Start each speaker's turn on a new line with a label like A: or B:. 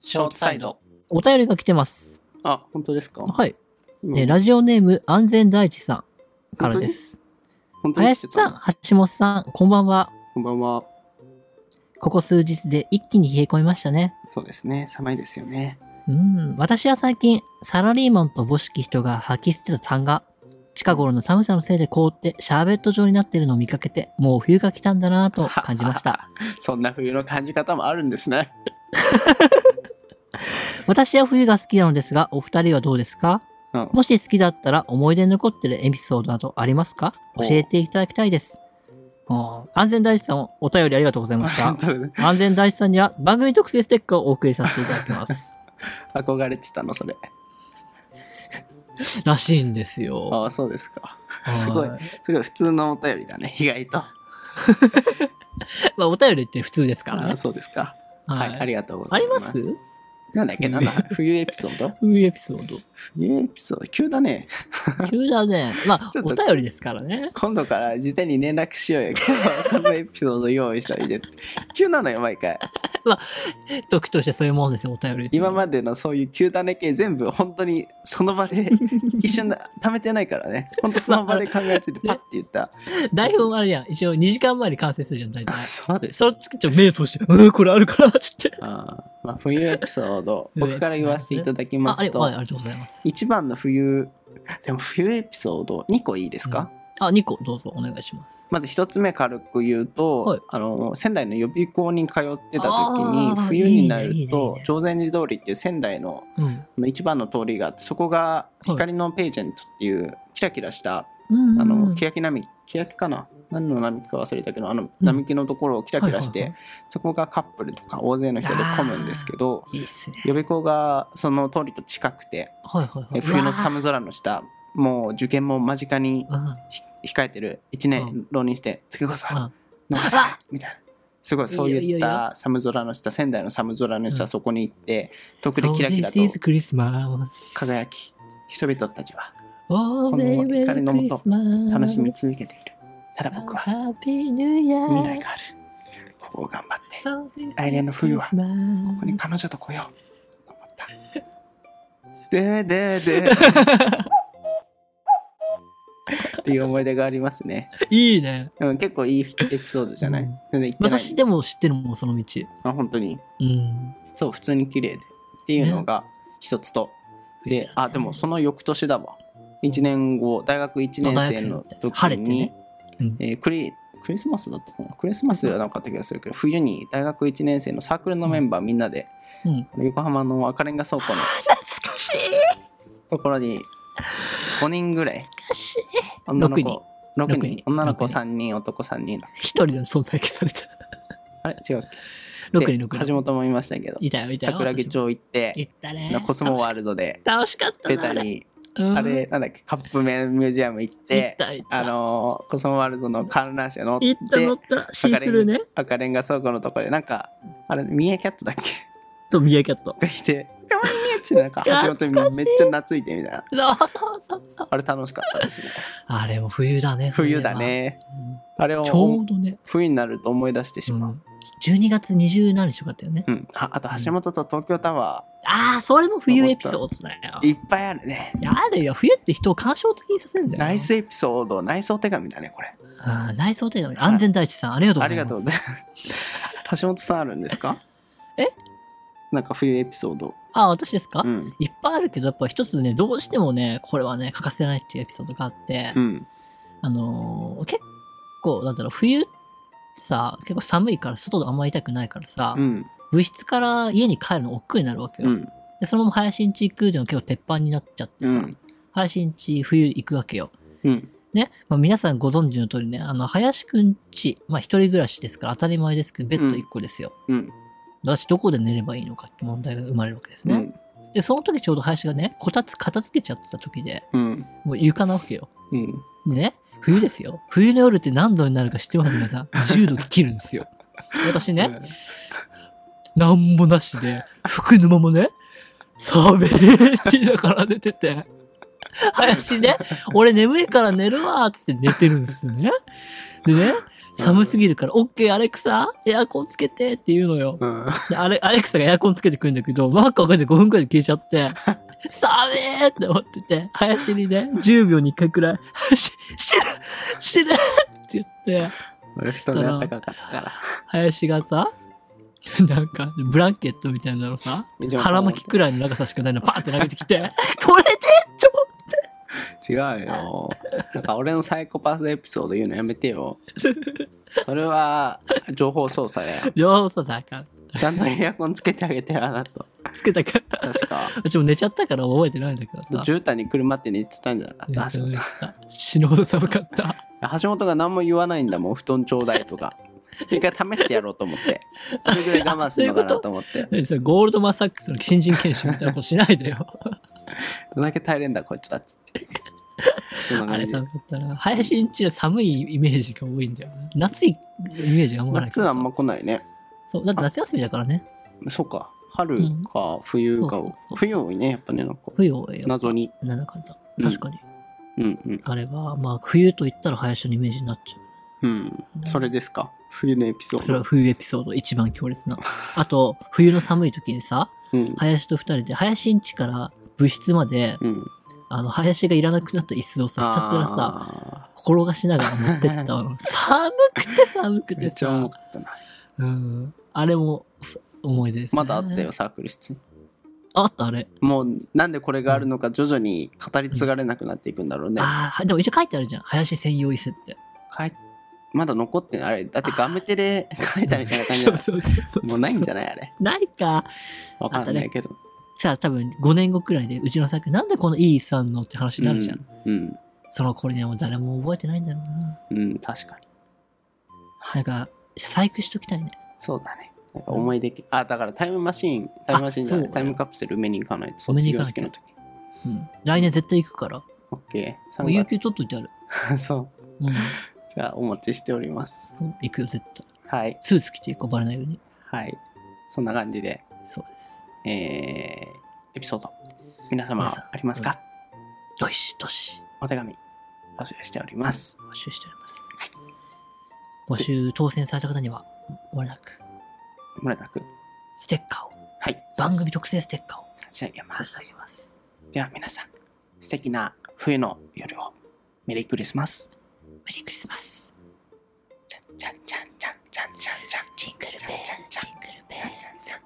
A: ショートサイド。
B: お便りが来てます。
A: あ、本当ですか
B: はい。
A: 今
B: えーラジオネーム、安全第一さんからです。
A: 本当に来
B: 林
A: てた
B: さん、橋本さん、こんばんは。
A: こんばんは。
B: ここ数日で一気に冷え込みましたね。
A: そうですね。寒いですよね。
B: うん。私は最近、サラリーマンと母式人が吐き捨てた痰が、近頃の寒さのせいで凍ってシャーベット状になっているのを見かけて、もう冬が来たんだなぁと感じました。
A: そんな冬の感じ方もあるんですね。
B: 私は冬が好きなのですが、お二人はどうですか
A: うん
B: もし好きだったら思い出に残ってるエピソードなどありますか
A: お
B: 教えていただきたいです。あー安全大師さん、お便りありがとうございました
A: 本。当に
B: 安全大師さんには番組特製ステッカーをお送りさせていただき ます。
A: 憧れてたの、それ。
B: らしいんですよ。
A: ああ、そうですか。すごい
B: は。
A: すごい、普通のお便りだね。意外と。
B: まあ、お便りって普通ですから
A: あ
B: ね
A: あ。そうですか。
B: は
A: はいい、ありがとうご
B: あ
A: ざい
B: り
A: ま。
B: ますす
A: なんだっけ、なんだ冬エピ ソード
B: 冬エピソー
A: 冬エピソード、急だね。
B: ド。急だ ね。まあ
A: ち、ょっ
B: お
A: と
B: 便りですからね。
A: 今度から事前に連絡しようよ。今日はこのエピソード用意した りで。急なのよ、毎回。
B: 時としてそういうものですよ、お便り。
A: 今までのそういう急だね系全部本当にその場で一瞬で貯めてないからね本当その場で考えついてパッて言った、
B: 台本あるやん。一応2時間前に完成するじゃん、大体。
A: そうです
B: それちょっと目通して、 うん、これあるからって言って。
A: あー、まあ、冬エピソ ード僕から言わせていただき
B: あ
A: ま、
B: あ
A: す
B: り,、はい、あ
A: と
B: りがとうございます。
A: 一番の冬でも冬エピソード2個いいですか、
B: あ、2個どうぞお願いします。
A: まず1つ目軽く言うと、
B: はい
A: あの仙台の予備校に通ってた時
B: あ
A: に
B: ー
A: 冬になる
B: いいねいいねいい
A: と
B: ね
A: 朝禅寺通りっていう仙台の
B: うん。
A: あの一番の通りがあってそこが光のページェントっていうキラキラした
B: うん
A: あ
B: う
A: の
B: ん
A: 欅並木欅かな何の並木か忘れたけどあの並木のところをキラキラして、
B: はいはい
A: そこがカップルとか大勢の人で混むんですけど
B: いいっすね。
A: 予備校がその通りと近くて
B: はいはいは
A: え
B: い。
A: 冬の寒空の下もう受験も間近に
B: うわー。うん。うん
A: ひ控えてる1年浪人して「次こそ
B: あ
A: 逃さないみたいな。すごいそう
B: いいよ
A: い
B: いい
A: っ
B: よ
A: た寒空の下仙台の寒空の
B: う
A: 下
B: ん
A: そこに行って遠くでキラキラと
B: So this is Christmas.
A: 輝き人々たちは
B: Oh,
A: この
B: baby,
A: 光の下
B: Christmas.
A: 楽しみ続けているただ僕は
B: Happy New Year.
A: 未来があるここを頑張ってこ
B: So this is
A: 来年の冬は
B: Christmas.
A: こに彼女と来ようと思った でででっていう思い出がありますね
B: いいね。
A: でも結構いいエピソードじゃない、
B: うん
A: 全然行ってない
B: 私でも知ってるもん、その道。
A: あ本当に
B: うん。
A: そう普通に綺麗でっていうのが一つと、であでもその翌年だわ1年後大学1年生の
B: 大学生の時
A: 時に
B: 晴れてねうん
A: えークリクリスマスだったかなクリスマスではなかった気がするけど冬に大学1年生のサークルのメンバーみんなで
B: うん。
A: 横浜の赤レンガ倉庫の
B: 懐かしい
A: ところ に5人ぐらい
B: 懐かしい
A: 女の
B: 六人
A: 子6人
B: 六人
A: 女の子
B: 六人
A: 3人男3人だ
B: 一人の存在消された。
A: あれ違うっけ
B: 6
A: で
B: 人6人。
A: 橋本もいましたけど
B: いたよ、いたよ。
A: 桜木
B: 私も
A: 町行って
B: 行ったね。
A: コスモワールドで
B: 楽しかった
A: ベ
B: な。
A: タに
B: うん
A: あれなんだっけカップ麺ミュージアム行っ
B: 行ってた、行った。
A: あのーコスモワールドの観覧車乗っ
B: 行
A: て
B: った、乗った。シースルーね。
A: 赤レンガ倉庫のところでなんかあれミエキャットだっけ
B: と、ミヤキャット。
A: が いて「かわいい!」ってなんか橋本にめっちゃ懐いてみたいな
B: そうそうそうそう。
A: あれ楽しかったですね
B: あれも冬だね。それ
A: 冬
B: は
A: だ。ね
B: うん
A: あれを
B: ちょうどね。
A: 冬になると思い出してし
B: う
A: まう、
B: ん12月20何日とかだったよね
A: う。んああと橋本と東京タワ
B: ああ、それも冬エピソードだよ
A: ー。いっぱいあるね
B: いやあるよ。冬って人を感傷的にさせるんだよ。
A: ナイスエピソード内装手紙だねこれ
B: うん。内装程度に安全第一さん、ありがとうご
A: あ
B: ざ
A: り
B: い
A: が
B: ます
A: とうご。ざいま す橋本さんあるんですか
B: え
A: なんか冬エピソード
B: あ、私ですか
A: うん
B: いっぱいあるけど、やっぱ一つね、どうしてもね、これはね、欠かせないっていうエピソードがあって、
A: うん
B: あのー結構、なんだろう、冬さ、結構寒いから外であんまりいたくないからさ、
A: うん
B: 部室から家に帰るの億劫になるわけよ。
A: うん
B: で、そのまま林んち行くでも結構鉄板になっちゃって
A: う
B: さ、
A: ん
B: 林んち冬行くわけよ。
A: うん
B: ね、まあ、皆さんご存知の通りね、あの、林くんち、まあ一人暮らしですから当たり前ですけど、ベッド1個ですよ。
A: うん
B: 私どこで寝ればいいのかって問題が生まれるわけです
A: う
B: ね。
A: ん
B: で、その時ちょうど林がね、こたつ片付けちゃってた時で、
A: うん
B: もう床なわけよ。
A: うん
B: でね、冬ですよ。冬の夜って何度になるか知ってます皆さん。10度切るんですよ。私ね、なんもなしで、服のままね、寒いって言いながら寝てて。林ね、俺眠いから寝るわーっつって寝てるんですよね。でね、寒すぎるから、オッケー、アレクサ、エアコンつけてって言うのよ。
A: うん。
B: でアレ、アレクサがエアコンつけてくるんだけど、マークかけて5分くらいで消えちゃって、 寒いって思ってて、林にね、10秒に1回くらい、 し死ぬ死ぬって言って、
A: 俺布団が高かったから。
B: 林がさ、なんか、ブランケットみたいなのさ
A: いい、じゃん
B: 腹巻きくらいの長さしかないのパンって投げてきて、 これでと思っ
A: 違 うよ。なんか俺のサイコパスエピソード言うのやめてよ。それは情報操作や。
B: てよーささ、あかん。
A: ちゃんとエアコンつけてあげてあなと。
B: つけたか
A: 確か。
B: ら。ちょ、寝ちゃったから覚えてないんだけどさ。
A: 絨毯に車って寝てたんじゃなかっ
B: 寝
A: た橋
B: ちゃ
A: 本さ
B: った死ぬほど寒かった。
A: ん橋本が何も言わないんだもん、布団ちょうだいとか。一回試してやろうと思って。それぐらい我慢するのかなと思って。
B: 何それゴールドマンサックスの新人研修みたいなことしないでよ。
A: どんだけ耐えれんだ、こいつらっつって。そん な
B: あ
A: 感
B: れ
A: じ
B: 寒かったな。林んちは寒いイメージが多いんだよね。夏いイメージがあんまない
A: 夏
B: から
A: はあ
B: さ
A: んま来ないね。
B: そう、だって夏休みだからね。
A: そうか。春か冬か
B: うんそうそ
A: を
B: うそ。う
A: 冬多いね、やっぱね、なんか。
B: 冬多いよ。
A: 謎に。
B: なんだかんだ。
A: うん
B: 確かに。
A: うんうん。
B: あれは、まあ、冬と言ったら林のイメージになっちゃう。
A: うん、それですか冬のエピソー
B: それは
A: ド、
B: 冬エピソード、一番強烈な。あと、冬の寒い時にさ、
A: うん
B: 林と二人で、林んちから部室まで、
A: うん、
B: あの、林がいらなくなった椅子をさ、ひたすらさ、
A: さ
B: 転がしながら持ってった の。寒くて寒く
A: め
B: て
A: っちゃ重
B: さ。
A: かったな
B: うん。あれもふ思い出です、ね。
A: まだあったよ。サークル室に
B: あったあれ。
A: もうなんでこれがあるのか徐々に語り継がれなくなっていくんだろうね、
B: ああ、でも一応書いてあるじゃん。林専用椅子って。
A: かいまだ残ってないあれだってガム手で書いたみたいな感じ
B: そ
A: だ
B: う そうそうそう。
A: もうないんじゃ
B: い
A: ないあれ
B: ないか。
A: わかんないけど
B: さあ多分5年後くらいでうちの作なんでこのいいさんのって話になるじゃん、
A: うん、
B: その頃にはもう誰も覚えてないんだろうな
A: うんうん確かに
B: なんか細工しときたいね
A: そうだねなんか思い出きあだからタイムマシーンタイムマシーンじゃない
B: あそう
A: タイムカプセル埋めに行かない
B: 埋
A: と
B: め
A: 卒
B: に行か
A: 業
B: なき
A: 式
B: ゃ
A: の時
B: うん来年絶対行くからもう
A: OK3
B: 有給取っといてある
A: 月そう
B: うん
A: じゃあお待ちしております
B: そう行くよ絶対
A: はい
B: スーツ着て行こうバレないように
A: はい。そんな感じで、
B: そうです
A: えー、エピソード、皆様
B: 皆さん
A: ありますか、
B: どしどし
A: お手紙、募集しております。
B: 募集しております、募集当選された方にはもれなく
A: 村田くん。
B: ステッカーを
A: はい。
B: 番組特製ステッカーを
A: 差し上げま
B: 差し上
A: す
B: げ。ます
A: では皆さん、素敵な冬の夜を。メリークリスマス。
B: メリークリスマス
A: じゃんじゃんじゃんじゃんじゃんじゃんじゃん。 네,
B: ジングルベールジングルベール